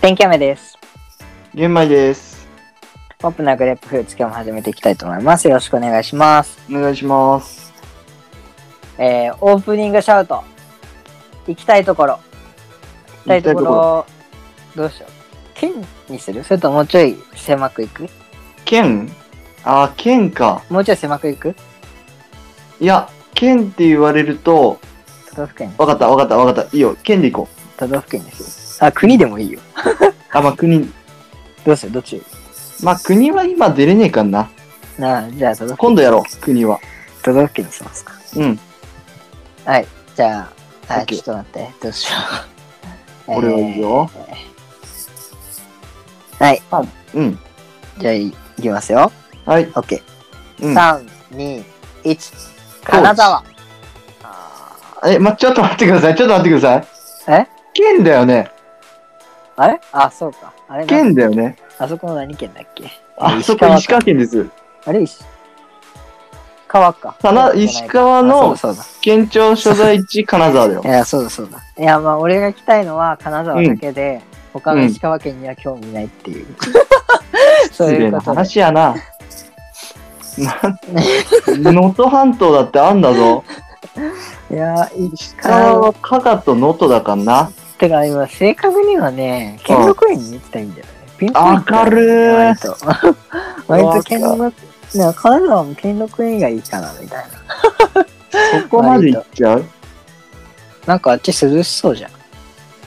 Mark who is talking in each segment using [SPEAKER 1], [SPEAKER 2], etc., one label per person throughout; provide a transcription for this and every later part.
[SPEAKER 1] 天気雨です。
[SPEAKER 2] 玄米です。
[SPEAKER 1] ポップなグレープフルーツ今日も始めていきたいと思います。よろしくお願いします。
[SPEAKER 2] お願いします。
[SPEAKER 1] えー、オープニングシャウト。行きたいところ。行きたいところ、どうしよう。県にするそれともうちょい狭くいく
[SPEAKER 2] 県あ、県か。
[SPEAKER 1] もうちょい狭くいく
[SPEAKER 2] いや、県って言われると、
[SPEAKER 1] 都道府県。
[SPEAKER 2] わかったわかったわかった。いいよ。県で行こう。
[SPEAKER 1] 都道府県ですよ。あ、国でもいいよ。
[SPEAKER 2] あ、まあ、国。
[SPEAKER 1] どうするどっち
[SPEAKER 2] まあ、国は今出れねえかな。
[SPEAKER 1] なあ、じゃあ都道府
[SPEAKER 2] 今度やろう。国は。
[SPEAKER 1] 都道府県にしますか。
[SPEAKER 2] うん。
[SPEAKER 1] はい。じゃあ、あ、
[SPEAKER 2] OK
[SPEAKER 1] ちょっと待って。どうしよう。
[SPEAKER 2] 俺はいいよ。
[SPEAKER 1] えー。はい。
[SPEAKER 2] うん。
[SPEAKER 1] じゃあ、いきますよ。
[SPEAKER 2] はい。
[SPEAKER 1] OK。
[SPEAKER 2] うん。
[SPEAKER 1] 三二一金沢。あ
[SPEAKER 2] え、ま、ちょっと待ってください。ちょっと待ってください。
[SPEAKER 1] え
[SPEAKER 2] 県だよね。
[SPEAKER 1] ーあれ？あそうか。あれ？
[SPEAKER 2] 県だよね。
[SPEAKER 1] あそこの何県だっけ？
[SPEAKER 2] あ
[SPEAKER 1] 石
[SPEAKER 2] そ
[SPEAKER 1] 川
[SPEAKER 2] こ
[SPEAKER 1] か
[SPEAKER 2] 石川県です。
[SPEAKER 1] あれ石川か。
[SPEAKER 2] かな石川の
[SPEAKER 1] あそうだそ
[SPEAKER 2] 県庁所在地金沢だよ
[SPEAKER 1] うだ。。いやそうだそうだ。いやまあ俺が行きたいのは金沢だけで、他の石川県には興味ないっていう。 そう
[SPEAKER 2] 失
[SPEAKER 1] い
[SPEAKER 2] 礼
[SPEAKER 1] うこ
[SPEAKER 2] な
[SPEAKER 1] とで。
[SPEAKER 2] 話やな。能登半島だってあんだぞ。
[SPEAKER 1] いや
[SPEAKER 2] 石川は加賀と能登だからな。
[SPEAKER 1] てか今正確にはね兼六園に行きたいんだよね。ピンポイント
[SPEAKER 2] わかるー
[SPEAKER 1] 割と 割と兼六なんか金沢も兼六園がいいかなみたいな。
[SPEAKER 2] そこまで行っちゃう
[SPEAKER 1] なんかあっち涼しそうじゃん。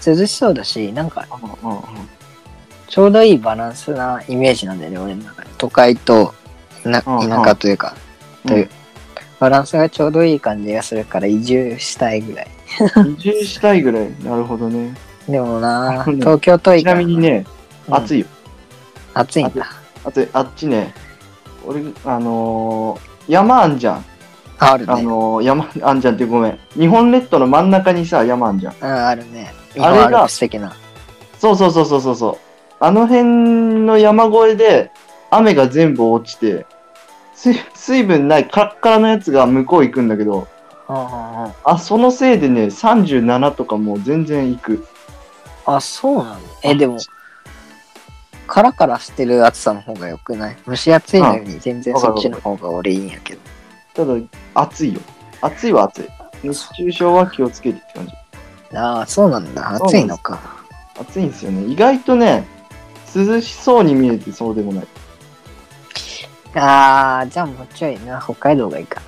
[SPEAKER 1] 涼しそうだし、なんか
[SPEAKER 2] うんうんうん
[SPEAKER 1] ちょうどいいバランスなイメージなんだよね、俺の中で。都会とな
[SPEAKER 2] うんうん
[SPEAKER 1] 田舎というか、といううバランスがちょうどいい感じがするから移住したいぐらい。
[SPEAKER 2] ん移住したいぐらい。なるほどね。
[SPEAKER 1] でもなあ
[SPEAKER 2] うん
[SPEAKER 1] 東京都
[SPEAKER 2] ち
[SPEAKER 1] 以
[SPEAKER 2] なみに、ね、
[SPEAKER 1] うん
[SPEAKER 2] 暑いよ。
[SPEAKER 1] 暑いんだ。
[SPEAKER 2] 暑い。あっちね、俺、あのー、山あんじゃん。
[SPEAKER 1] あある
[SPEAKER 2] あ
[SPEAKER 1] ね。
[SPEAKER 2] のー、山あんじゃんってごめん。日本列島の真ん中にさ、山あんじゃん。
[SPEAKER 1] うん、あるね。日
[SPEAKER 2] あれ
[SPEAKER 1] 本
[SPEAKER 2] が
[SPEAKER 1] アルプス的な。
[SPEAKER 2] そうそうそうそうそうそう。あの辺の山越えで雨が全部落ちて、水水分ないカラッカラのやつが向こう行くんだけど、
[SPEAKER 1] うんうんうん
[SPEAKER 2] あ、そのせいでね、37とかもう全然行く。
[SPEAKER 1] あ、そうなんだ。え、でも、カラカラしてる暑さの方が良くない蒸し暑いのに全然
[SPEAKER 2] わか
[SPEAKER 1] そ
[SPEAKER 2] る
[SPEAKER 1] っちの方が俺いいんやけど。
[SPEAKER 2] ただ、暑いよ。暑いは暑い。熱中症は気をつけてって感じ。
[SPEAKER 1] ああ、そうなんだ。暑いのか。
[SPEAKER 2] 暑いんですよね。意外とね、涼しそうに見えてそうでもない。
[SPEAKER 1] あー、じゃあもうちょいな、北海道がいいか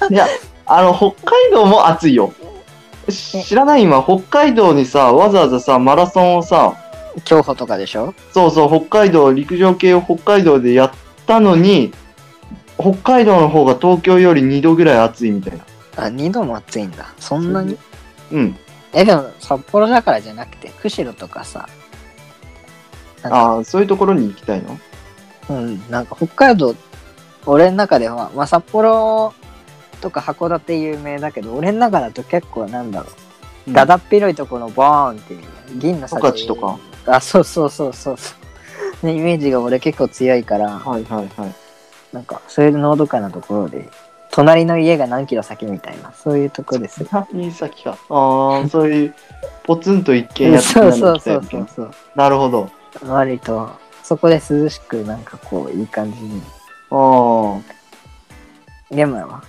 [SPEAKER 1] な。
[SPEAKER 2] いや、あの、北海道も暑いよ。し知らない今、北海道にさ、わざわざさ、マラソンをさ、
[SPEAKER 1] 競歩とかでしょ
[SPEAKER 2] そうそう、北海道、陸上系を北海道でやったのに、北海道の方が東京より2度ぐらい暑いみたいな。
[SPEAKER 1] あ、2度も暑いんだ。そんなに
[SPEAKER 2] うん。
[SPEAKER 1] え、でも札幌だからじゃなくて、釧路とかさ、
[SPEAKER 2] ああ、そういうところに行きたいの
[SPEAKER 1] うん、なんか北海道、俺の中では、まあ札幌とか函館有名だけど、俺の中だと結構なんだろう、だだっ広いところのボーンっていう、銀の
[SPEAKER 2] 十
[SPEAKER 1] さ
[SPEAKER 2] 勝とか。。
[SPEAKER 1] あ、そうそうそうそうそう。ね、イメージが俺結構強いから、
[SPEAKER 2] はいはいはい。
[SPEAKER 1] なんか、そういうのどかなところで、隣の家が何キロ先みたいな、そういうとこです。
[SPEAKER 2] いい先か。ああ、そういう、ポツンと一軒家的
[SPEAKER 1] そう
[SPEAKER 2] な
[SPEAKER 1] そ
[SPEAKER 2] の
[SPEAKER 1] う
[SPEAKER 2] 行きた
[SPEAKER 1] そ
[SPEAKER 2] いうみた
[SPEAKER 1] そ
[SPEAKER 2] いな
[SPEAKER 1] うそう。
[SPEAKER 2] なるほど。
[SPEAKER 1] 割と、そこで涼しく、なんかこう、いい感じに。
[SPEAKER 2] ああ、
[SPEAKER 1] ゲームは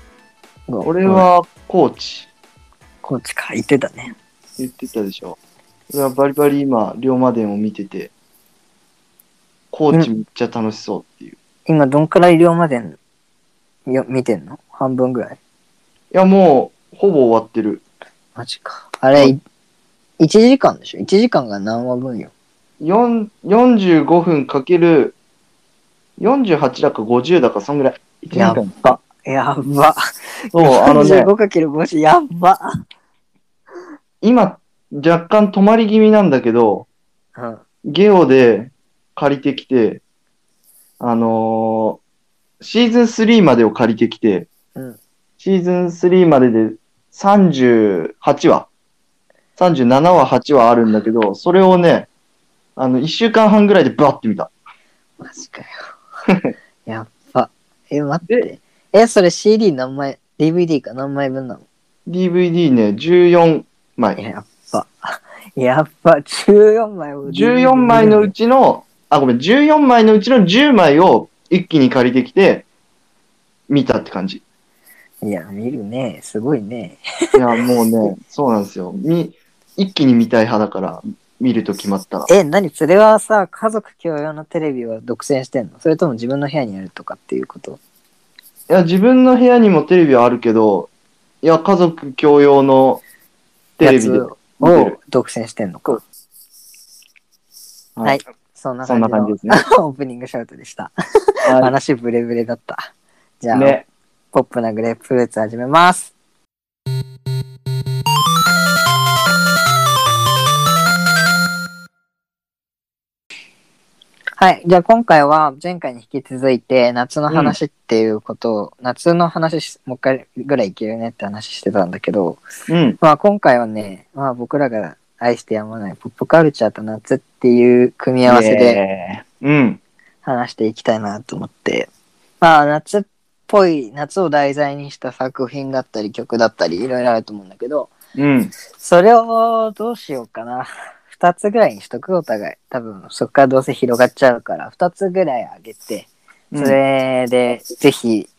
[SPEAKER 1] ご
[SPEAKER 2] 俺、は高知
[SPEAKER 1] コーチか、行ってたね。
[SPEAKER 2] 言ってたでしょ。俺はバリバリ今、龍馬伝を見てて、高知めっちゃ楽しそうっていう。い
[SPEAKER 1] 今、どんくらい量までんよ見てんの半分ぐらい。
[SPEAKER 2] や、もう、ほぼ終わってる。
[SPEAKER 1] マジか。あれ、
[SPEAKER 2] う
[SPEAKER 1] い1時間でしょ ?1 時間が何話分よ。
[SPEAKER 2] 4 45分かける48だか50だか、そんぐらい。一
[SPEAKER 1] や
[SPEAKER 2] 年
[SPEAKER 1] っ
[SPEAKER 2] 間
[SPEAKER 1] ば。やっば。
[SPEAKER 2] そう、あのね、
[SPEAKER 1] 45×5 やっば。
[SPEAKER 2] 今、若干止まり気味なんだけど、
[SPEAKER 1] うん。
[SPEAKER 2] ゲオで借りてきて、あのーシーズン3までを借りてきて、
[SPEAKER 1] うん
[SPEAKER 2] シーズン3までで38話、37話、8話あるんだけど、それをね、あの、1週間半ぐらいでバッて見た。
[SPEAKER 1] マジかよ。やっば。え、待って。え、それ CD 何枚、DVD か何枚分なの
[SPEAKER 2] DVD ね、14枚。
[SPEAKER 1] やっば。やっぱ14枚を
[SPEAKER 2] 14枚のう
[SPEAKER 1] ち。
[SPEAKER 2] ちの、あ、ごめん、14枚のうちの10枚を一気に借りてきて、見たって感じ。
[SPEAKER 1] いや、見るね。すごいね。
[SPEAKER 2] いや、も うね、そうなんですよ。み、一気に見たい派だから、見ると決まったら。
[SPEAKER 1] え、何それはさ、家族共用のテレビは独占してんのそれとも自分の部屋にあるとかっていうこと
[SPEAKER 2] いや、自分の部屋にもテレビはあるけど、いや、家族共用のテレビで
[SPEAKER 1] やつ
[SPEAKER 2] 見て
[SPEAKER 1] を
[SPEAKER 2] る。
[SPEAKER 1] 独占してんのか。はい。そんな
[SPEAKER 2] そんな感
[SPEAKER 1] 感
[SPEAKER 2] じ
[SPEAKER 1] じ
[SPEAKER 2] で
[SPEAKER 1] です
[SPEAKER 2] ね。
[SPEAKER 1] す。 オープニングシャウトでした。
[SPEAKER 2] は
[SPEAKER 1] 話ブレブレだった。じゃあ、
[SPEAKER 2] い。ね。
[SPEAKER 1] ポップなグレープフルーツ始めます。はい。じゃあ今回は前回に引き続いて夏の話っていうことを、夏の話しもう一回ぐらいいけるねって話してたんだけど、
[SPEAKER 2] うん。
[SPEAKER 1] まあ今回はね、まあ僕らが愛してやまないポップカルチャーと夏っていう組み合わせで、
[SPEAKER 2] イエーイ。うん。
[SPEAKER 1] 話していきたいなと思ってまあ夏っぽい夏を題材にした作品だったり曲だったりいろいろあると思うんだけど
[SPEAKER 2] うん。
[SPEAKER 1] それをどうしようかな2つぐらいにしとくお互い多分そっからどうせ広がっちゃうから2つぐらいあげて
[SPEAKER 2] うん
[SPEAKER 1] それでぜひ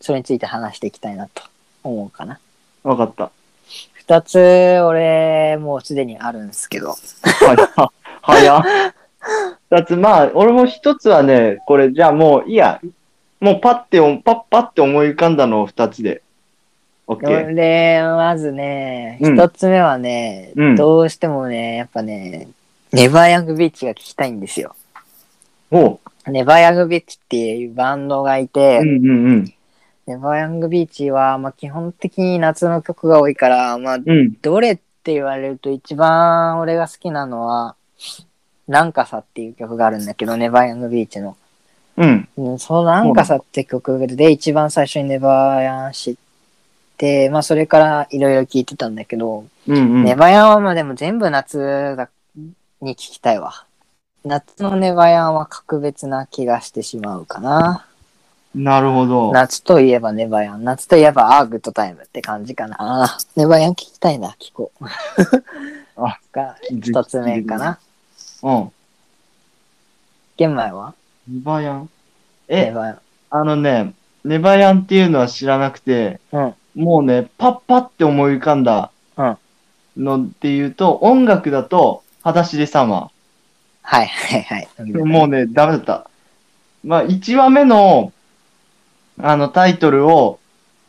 [SPEAKER 1] それについて話していきたいなと思うかな
[SPEAKER 2] わかった。
[SPEAKER 1] 2つ俺もうすでにあるんですけど
[SPEAKER 2] はや。はや。だってまあ、俺も一つはね、これじゃあもういいや。もうパッてお、パッパって思い浮かんだのを二つで。オッケー。
[SPEAKER 1] 俺、まずね、
[SPEAKER 2] うん
[SPEAKER 1] 一つ目はね、
[SPEAKER 2] うん
[SPEAKER 1] どうしてもね、やっぱね、ネバーヤングビーチが聞きたいんですよ。
[SPEAKER 2] おう。
[SPEAKER 1] ネバーヤングビーチっていうバンドがいて、
[SPEAKER 2] うんうんうん。
[SPEAKER 1] ネバーヤングビーチは、まあ、基本的に夏の曲が多いから、まあ、
[SPEAKER 2] うん。
[SPEAKER 1] どれって言われると一番俺が好きなのは、なんかさっていう曲があるんだけど、ネバーヤングビーチの。
[SPEAKER 2] うん。
[SPEAKER 1] うん、そのなんかさって曲で一番最初にネバーヤン知って、まあそれからいろいろ聞いてたんだけど、
[SPEAKER 2] うんうん。
[SPEAKER 1] ネバヤンはまあでも全部夏だに聞きたいわ。夏のネバヤンは格別な気がしてしまうかな。
[SPEAKER 2] なるほど。
[SPEAKER 1] 夏といえばネバヤン、夏といえばアーグッドタイムって感じかな。ネバヤン聞きたいな、聞こう。
[SPEAKER 2] あ
[SPEAKER 1] が一つ目かな。
[SPEAKER 2] うん。
[SPEAKER 1] 玄米は
[SPEAKER 2] ネバヤン。
[SPEAKER 1] ネ
[SPEAKER 2] え、
[SPEAKER 1] バヤン。
[SPEAKER 2] あのね、ネバヤンっていうのは知らなくて、
[SPEAKER 1] うん
[SPEAKER 2] もうね、パッパって思い浮かんだ
[SPEAKER 1] うん
[SPEAKER 2] のっていうと、音楽だと、裸足でサマー。
[SPEAKER 1] はいはいはい。
[SPEAKER 2] もうね、ダメだった。まあ、1話目の、あの、タイトルを、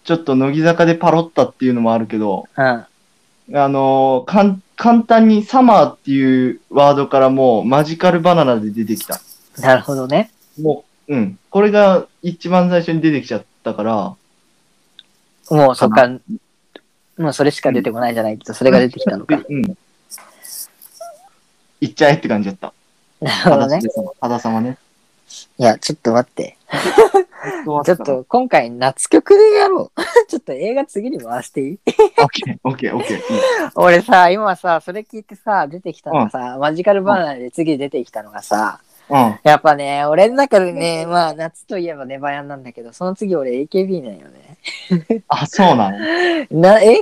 [SPEAKER 2] ちょっと乃木坂でパロったっていうのもあるけど、
[SPEAKER 1] うん。
[SPEAKER 2] あのーかん、簡単にサマーっていうワードからもうマジカルバナナで出てきた。
[SPEAKER 1] なるほどね。
[SPEAKER 2] もう、うん。これが一番最初に出てきちゃったから、
[SPEAKER 1] もうそっか、もうそれしか出てこないじゃないけど、それが出てきたのか。
[SPEAKER 2] うん。いっちゃえって感じだった。
[SPEAKER 1] なるほどね
[SPEAKER 2] 肌。様肌様ね。
[SPEAKER 1] いや、ちょっと待って。
[SPEAKER 2] ちょ
[SPEAKER 1] ちょっ。と今回夏曲でやろう。 ちょっと映画次に回していい
[SPEAKER 2] オッケー、オッケー、オッケー。うん
[SPEAKER 1] 俺さ、今さ、それ聞いてさ、出てきたのがさ、マジカルバナナで次出てきたのがさ、
[SPEAKER 2] うん。
[SPEAKER 1] やっぱね、俺の中でね、まあ夏といえばネバヤンなんだけど、その次俺 AKB なんよね。
[SPEAKER 2] あ、そうなの。
[SPEAKER 1] な、AKB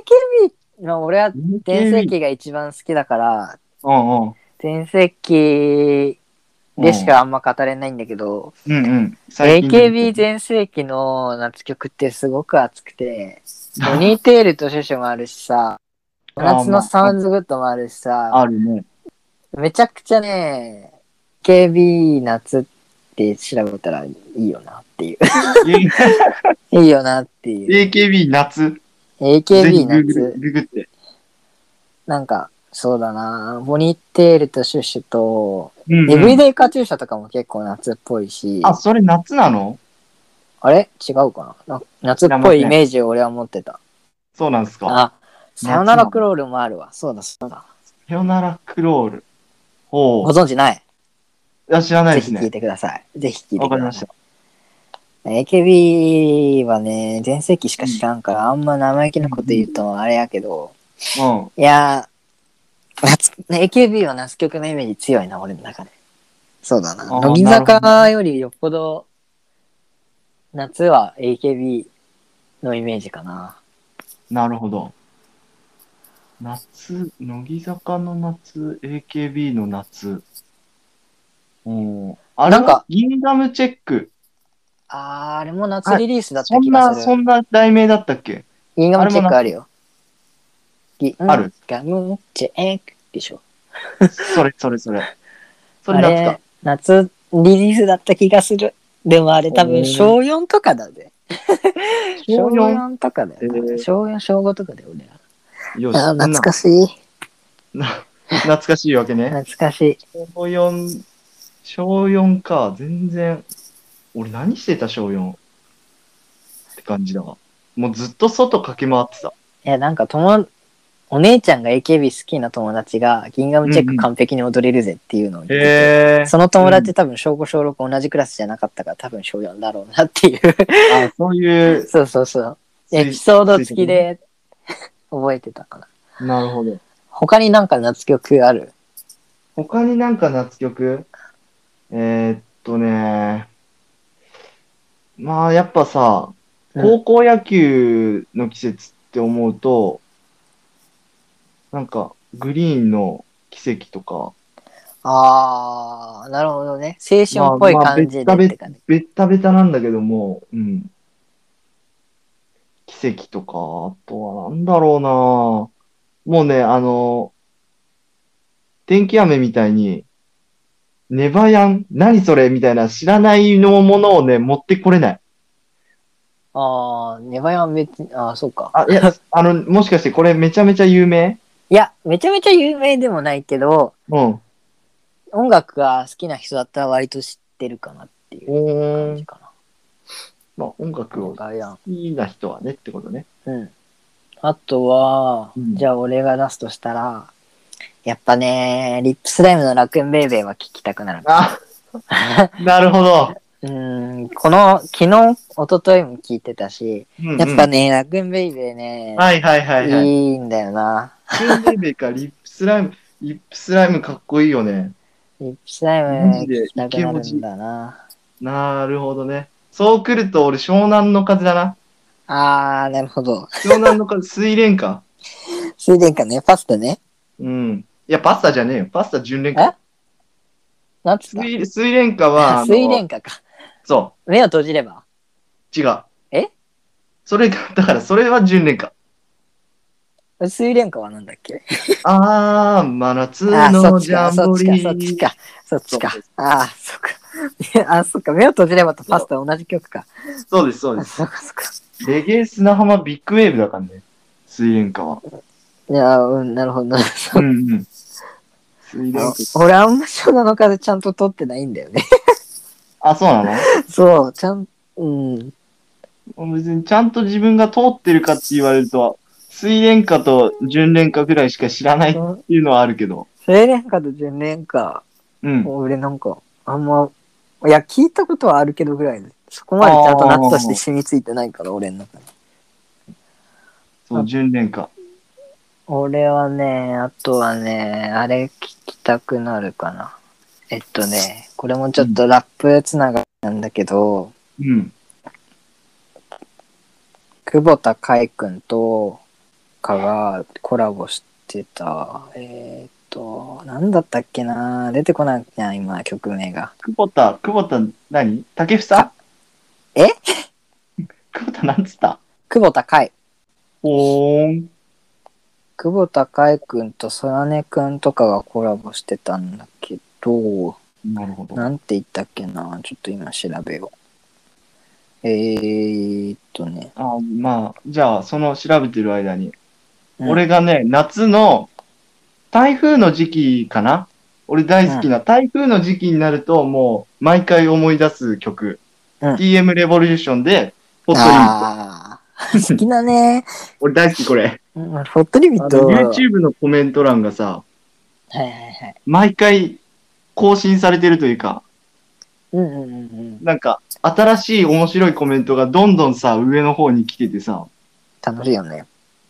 [SPEAKER 1] の俺は全盛期が一番好きだから、
[SPEAKER 2] うんうん。
[SPEAKER 1] 全盛期でしかあんま語れないんだけど、
[SPEAKER 2] うんうん。
[SPEAKER 1] AKB 全盛期の夏曲ってすごく熱く て、ポニーテールとシュシュもあるしさ、
[SPEAKER 2] あー
[SPEAKER 1] 夏のサウンズグッドもあるしさ、
[SPEAKER 2] ある ね。
[SPEAKER 1] めちゃくちゃね、AKB 夏って調べたらいいよなっていう。 いいよなっていう。
[SPEAKER 2] AKB 夏。ぜひ
[SPEAKER 1] AKB
[SPEAKER 2] ググ
[SPEAKER 1] 夏、
[SPEAKER 2] ググって。
[SPEAKER 1] なんか、そうだな、ポニーテールとシュシュと、
[SPEAKER 2] うん
[SPEAKER 1] エブリデイカチューシャとかも結構夏っぽいし、
[SPEAKER 2] あ、それ夏なの
[SPEAKER 1] あれ違うかなな夏っぽいイメージを俺は持ってた。
[SPEAKER 2] そうなんですか。
[SPEAKER 1] あ、さよならクロールもあるわ。そうだ、そうだ。
[SPEAKER 2] さよならクロール。
[SPEAKER 1] ご
[SPEAKER 2] ほう。
[SPEAKER 1] 存知ない。
[SPEAKER 2] いや、知らない
[SPEAKER 1] ぜひ
[SPEAKER 2] です
[SPEAKER 1] 聞い
[SPEAKER 2] ね。
[SPEAKER 1] てください。ぜひ聞いて
[SPEAKER 2] わ
[SPEAKER 1] く
[SPEAKER 2] かり
[SPEAKER 1] だ
[SPEAKER 2] ま
[SPEAKER 1] さ
[SPEAKER 2] し
[SPEAKER 1] い
[SPEAKER 2] た。。
[SPEAKER 1] AKB はね、全盛期しか知らんから、あんま生意気なこと言うとあれやけど、
[SPEAKER 2] うん。
[SPEAKER 1] いやー、夏、AKB は夏曲のイメージ強いな、俺の中で。そうだな。
[SPEAKER 2] あー
[SPEAKER 1] 乃木坂よりよっぽど、夏は AKB のイメージかな。
[SPEAKER 2] なるほど。夏、乃木坂の夏、AKB の夏。うん。あれ
[SPEAKER 1] なんか
[SPEAKER 2] はギンガムチェック。
[SPEAKER 1] あー、あれも夏リリースだった
[SPEAKER 2] そん
[SPEAKER 1] 気が
[SPEAKER 2] な、
[SPEAKER 1] する。
[SPEAKER 2] そんな題名だったっけ
[SPEAKER 1] ギンガムチェックあるよ。ギン
[SPEAKER 2] ある
[SPEAKER 1] ガムチェックでしょ。
[SPEAKER 2] それ、それ、それ。そ
[SPEAKER 1] あ
[SPEAKER 2] れ
[SPEAKER 1] れ
[SPEAKER 2] 夏か。
[SPEAKER 1] 夏リリースだった気がする。でもあれ多
[SPEAKER 2] おー
[SPEAKER 1] 分小4とかだぜ。小
[SPEAKER 2] 小四
[SPEAKER 1] 4とかだよ、
[SPEAKER 2] へ
[SPEAKER 1] ね。
[SPEAKER 2] ー
[SPEAKER 1] 小4、小5とかだよ、俺ら。
[SPEAKER 2] よし、
[SPEAKER 1] あー懐か
[SPEAKER 2] し
[SPEAKER 1] しい。
[SPEAKER 2] い。懐かしいわけね。
[SPEAKER 1] 懐かしい。
[SPEAKER 2] 小4、小4か。全然。俺何してた小 4? って感じだわ。もうずっと外駆け回ってた。
[SPEAKER 1] いや、なんか友、お姉ちゃんが AKB 好きな友達が、ギンガムチェック完璧に踊れるぜっていうのを言ってて、
[SPEAKER 2] へえ。
[SPEAKER 1] その友達多分小5小6同じクラスじゃなかったから多分小4だろうなっていう。
[SPEAKER 2] あ、そういう。
[SPEAKER 1] そうそうそう。エピソード付きで覚えてたかな。
[SPEAKER 2] なるほど。
[SPEAKER 1] 他になんか夏曲ある
[SPEAKER 2] 他になんか夏曲えー、っとね、まあやっぱさ、
[SPEAKER 1] うん
[SPEAKER 2] 高校野球の季節って思うと、なんかグリーンの奇跡とか、
[SPEAKER 1] あー、なるほどね。青春っぽい感じでって感じ。
[SPEAKER 2] ベッタベタなんだけども、うん。奇跡とか、あとはなんだろうなもうね、あの、天気雨みたいに、ネバヤン何それみたいな知らないのものをね、持ってこれない。
[SPEAKER 1] あー、ネバヤン別に、あー、そうか。
[SPEAKER 2] あ、いや、あの、もしかしてこれめちゃめちゃ有名
[SPEAKER 1] いや、めちゃめちゃ有名でもないけど、
[SPEAKER 2] うん。
[SPEAKER 1] 音楽が好きな人だったら割と知ってるかなっていう
[SPEAKER 2] お
[SPEAKER 1] 感
[SPEAKER 2] ー
[SPEAKER 1] じ。か
[SPEAKER 2] まあ、音楽
[SPEAKER 1] な。
[SPEAKER 2] を好
[SPEAKER 1] ネバヤン。
[SPEAKER 2] きな人はねってことね。
[SPEAKER 1] うん。あとは、
[SPEAKER 2] うん
[SPEAKER 1] じゃあ俺が出すとしたら、やっぱね、リップスライムの楽園ベイベーは聞きたくなる。
[SPEAKER 2] あ、なるほど。
[SPEAKER 1] うーん、この、昨日、一昨日も聞いてたし、
[SPEAKER 2] うんうん
[SPEAKER 1] やっぱね、楽園ベイベーね、
[SPEAKER 2] はいはいはいいはい。
[SPEAKER 1] いんだよな。
[SPEAKER 2] キュンベイベーか、リップスライム、リップスライムかっこいいよね。
[SPEAKER 1] リップスライム
[SPEAKER 2] マジで
[SPEAKER 1] 聞きたくなるんだな。
[SPEAKER 2] なるほどね。そう来ると俺、湘南の風だな。
[SPEAKER 1] あー、なるほど。
[SPEAKER 2] 湘南の風、水蓮か。
[SPEAKER 1] スイデンかね、パスタね。
[SPEAKER 2] うん。いや、パスタじゃねえよ。パスタ純蓮か。
[SPEAKER 1] なんつった
[SPEAKER 2] 水水蓮花は、あの
[SPEAKER 1] 水蓮花か。
[SPEAKER 2] そ
[SPEAKER 1] 目を閉じれば。
[SPEAKER 2] う、違う。
[SPEAKER 1] え
[SPEAKER 2] それ、だからそれは純蓮花。
[SPEAKER 1] 水蓮花はなんだっけ
[SPEAKER 2] あー、真夏
[SPEAKER 1] あー、そ
[SPEAKER 2] の
[SPEAKER 1] っち
[SPEAKER 2] ジャ
[SPEAKER 1] か、
[SPEAKER 2] ン
[SPEAKER 1] そ
[SPEAKER 2] ボ
[SPEAKER 1] っ
[SPEAKER 2] リ
[SPEAKER 1] ちか、そっち
[SPEAKER 2] ー。
[SPEAKER 1] か、そっちか
[SPEAKER 2] そう。
[SPEAKER 1] あー、そっか。 あー、そっか、目を閉じればとパスタ同じ曲か。
[SPEAKER 2] そうです、そう
[SPEAKER 1] あ、
[SPEAKER 2] です。
[SPEAKER 1] そっか、そっか。
[SPEAKER 2] レゲエ砂浜ビッグウェーブだからね。水蓮花 は。
[SPEAKER 1] いやー、うん、なるほど。
[SPEAKER 2] うんうん。水蓮花。
[SPEAKER 1] 俺あんま湘南の風ちゃんと撮ってないんだよね。
[SPEAKER 2] あ、そうなの
[SPEAKER 1] そう、ちゃん、うん。
[SPEAKER 2] 別にちゃんと自分が通ってるかって言われると、水蓮花と純蓮花ぐらいしか知らないっ
[SPEAKER 1] そ
[SPEAKER 2] ていうのはあるけど。
[SPEAKER 1] れ年かと10年か、
[SPEAKER 2] うん。
[SPEAKER 1] 俺なんか、あんま、いや、聞いたことはあるけどぐらいで、そこまでちゃんと夏として染みついてないから、俺の中に。
[SPEAKER 2] そう、
[SPEAKER 1] あ
[SPEAKER 2] 純蓮花。
[SPEAKER 1] 俺はね、あとはね、あれ聞きたくなるかな。えっとね、これもちょっとラップつながりなんだけど、
[SPEAKER 2] うん。
[SPEAKER 1] 久保田海くんとかがコラボしてた、えーっと、なんだったっけな出てこないな、今、曲名が。
[SPEAKER 2] 久保田、久保田何竹房
[SPEAKER 1] え
[SPEAKER 2] 久保田なんつった
[SPEAKER 1] 久保田海。
[SPEAKER 2] ほーん。
[SPEAKER 1] 久保田海くんと空音くんとかがコラボしてたんだけど、
[SPEAKER 2] なるほど。
[SPEAKER 1] なんて言ったっけなちょっと今調べよう。えー、っとね。
[SPEAKER 2] あまあ、じゃあ、その調べてる間に。
[SPEAKER 1] うん
[SPEAKER 2] 俺がね、夏の、台風の時期かな俺大好きな、台風の時期になると、もう、毎回思い出す曲。
[SPEAKER 1] うん
[SPEAKER 2] TM レボリューションで、ホットリミット。
[SPEAKER 1] あー好きだね。
[SPEAKER 2] 俺大好きこれ。
[SPEAKER 1] うんホットリミッ
[SPEAKER 2] あの
[SPEAKER 1] ト。はい
[SPEAKER 2] YouTube のコメント欄がさ、
[SPEAKER 1] はいはい。
[SPEAKER 2] 毎回更新されてるというか、
[SPEAKER 1] うんうんうんうん。
[SPEAKER 2] なんか、新しい面白いコメントがどんどんさ、上の方に来ててさ、
[SPEAKER 1] 楽しいよね。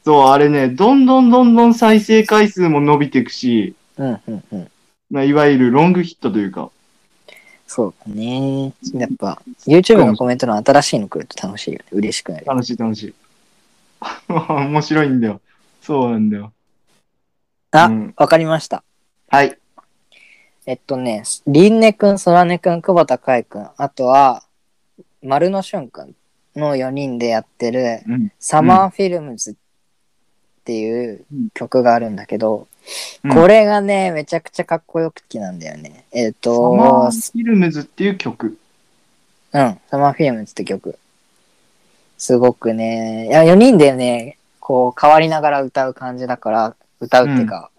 [SPEAKER 2] そう、あれね、どんどんどんどん再生回数も伸びていくし、
[SPEAKER 1] うんうんうん。
[SPEAKER 2] まあ、いわゆるロングヒットというか、
[SPEAKER 1] そうだね。やっぱ、YouTube のコメントの新しいの来ると楽しいよね。嬉しくなる。
[SPEAKER 2] 楽しい楽しい。面白いんだよ。そうなんだよ。
[SPEAKER 1] あ、
[SPEAKER 2] うん
[SPEAKER 1] わかりました。
[SPEAKER 2] はい。
[SPEAKER 1] えっとね、りんねくん、そらねくん、久保田海くん、あとは、丸のしゅんくんの4人でやってる、
[SPEAKER 2] うん。
[SPEAKER 1] サマーフィルムズっていう曲があるんだけど、
[SPEAKER 2] うん
[SPEAKER 1] これがね、めちゃくちゃかっこよくきなんだよね。えっ、
[SPEAKER 2] サマ
[SPEAKER 1] と、
[SPEAKER 2] ーフィルムズっていう曲。
[SPEAKER 1] うん、サマーフィルムズって曲。すごくね、いや4人でね、こう変わりながら歌う感じだから、歌うっていうか、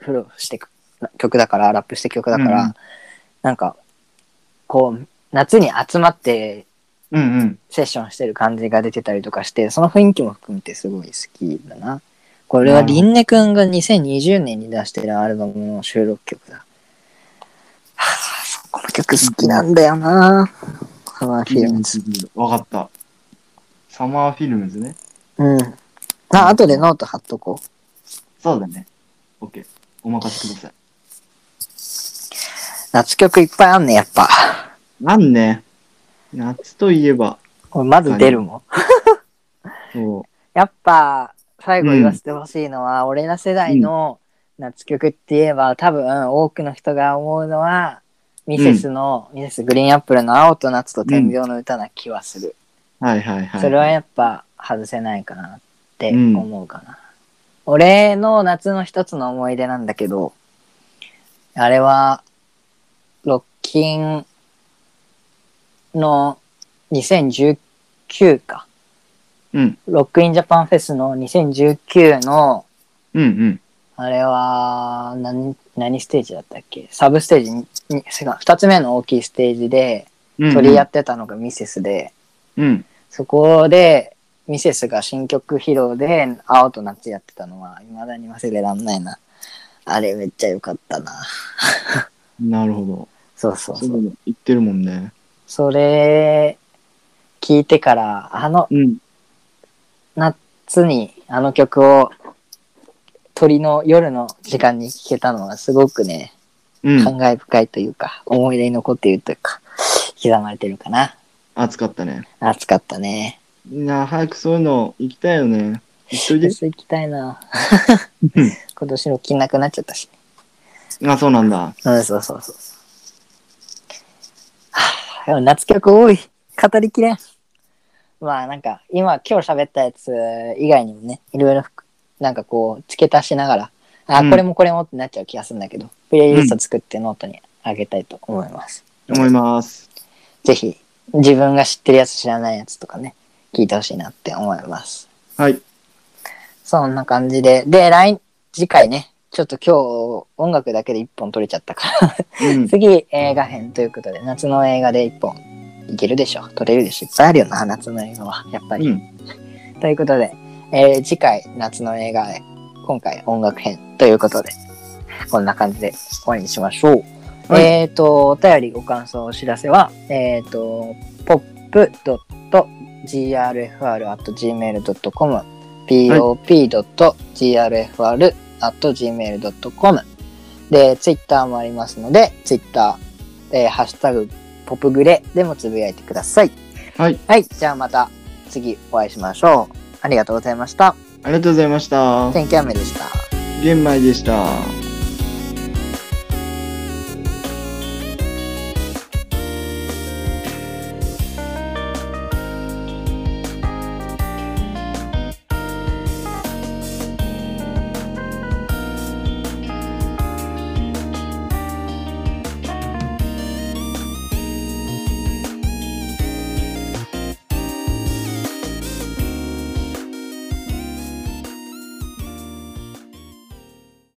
[SPEAKER 1] フローしてく曲だから、ラップして曲だから、
[SPEAKER 2] うん
[SPEAKER 1] なんか、こう、夏に集まって
[SPEAKER 2] うんうん。
[SPEAKER 1] セッションしてる感じが出てたりとかして、その雰囲気も含めてすごい好きだな。これはりんねくんが2020年に出してるアルバムの収録曲だ。はあ、そこの曲好きなんだよな。サマーフィルムズ。
[SPEAKER 2] わかった。サマーフィルムズね。
[SPEAKER 1] うん。あ、後でノート貼っとこう。
[SPEAKER 2] そうだね。オッケー。お任せください。
[SPEAKER 1] 夏曲いっぱいあんね、やっ ぱ。
[SPEAKER 2] なんね。夏といえば、
[SPEAKER 1] 俺まず出るもん。
[SPEAKER 2] そう。
[SPEAKER 1] やっぱ、最後言わせてほしいのは、俺ら世代の夏曲って言えば、多分多くの人が思うのは、ミセスの、ミセスグリーンアップルの青と夏と天秤の歌な気はする。
[SPEAKER 2] はいはいはい。
[SPEAKER 1] それはやっぱ外せないかなって
[SPEAKER 2] うん
[SPEAKER 1] 思うかな。俺の夏の一つの思い出なんだけど、あれは、ロッキンの2019か。
[SPEAKER 2] うん。
[SPEAKER 1] ロックインジャパンフェスの2019の、
[SPEAKER 2] うんうん。
[SPEAKER 1] あれは何、何ステージだったっけサブステージに、に違う二つ目の大きいステージで
[SPEAKER 2] うんうん
[SPEAKER 1] 取り合ってたのがミセスで、
[SPEAKER 2] うん。
[SPEAKER 1] そこで、ミセスが新曲披露で、青と夏やってたのは、未だに忘れらんないな。あれめっちゃ良かったな。
[SPEAKER 2] なるほど。
[SPEAKER 1] そうそう
[SPEAKER 2] そ
[SPEAKER 1] そうう。
[SPEAKER 2] いうの言ってるもんね。
[SPEAKER 1] それ、聞いてから、あの
[SPEAKER 2] うん。
[SPEAKER 1] 夏にあの曲を、鳥の夜の時間に聴けたのは、すごくね、
[SPEAKER 2] うん。
[SPEAKER 1] 感慨深いというか、思い出に残っているというか、刻まれてるかな。
[SPEAKER 2] 暑かったね。
[SPEAKER 1] 熱かったね。
[SPEAKER 2] みんな早くそういうの行きたいよね。行っとい
[SPEAKER 1] フェ
[SPEAKER 2] て。
[SPEAKER 1] ス行きたいな。
[SPEAKER 2] うん
[SPEAKER 1] 今年の着なくなっちゃったし。
[SPEAKER 2] あ、そうなんだ。
[SPEAKER 1] うん、そうそうそうそう。はあ、でも夏曲多い。語りきれん。まあなんか、今今日喋ったやつ以外にもね、いろいろふく、なんかこう、付け足しながら、あ、
[SPEAKER 2] うん
[SPEAKER 1] これもこれもってなっちゃう気がするんだけど、プレイリスト作ってノートにあげたいと思います。
[SPEAKER 2] 思います。
[SPEAKER 1] ぜひ、自分が知ってるやつ知らないやつとかね、聞いてほしいなって思います。
[SPEAKER 2] はい。
[SPEAKER 1] そんな感じで、で、来、次回ね、ちょっと今日音楽だけで一本取れちゃったから、
[SPEAKER 2] うん。
[SPEAKER 1] 次映画編ということで夏の映画で一本いけるでしょ撮れるでしょいっぱいあるよな夏の映画はやっぱり、
[SPEAKER 2] うん。
[SPEAKER 1] ということで、えー次回夏の映画へ今回音楽編ということでこんな感じで終わりにしましょう、
[SPEAKER 2] はい
[SPEAKER 1] えっ、とお便りご感想お知らせはえっ、と pop.grfr.gmail.com pop.grfr.gmail.com で、ツイッターもありますので、ツイッター、えーハッシュタグ、ポプグレでもつぶやいてください。
[SPEAKER 2] はい。
[SPEAKER 1] はい、じゃあまた次お会いしましょう。ありがとうございました。
[SPEAKER 2] ありがとうございました。
[SPEAKER 1] 天気雨でした。
[SPEAKER 2] 玄米でした。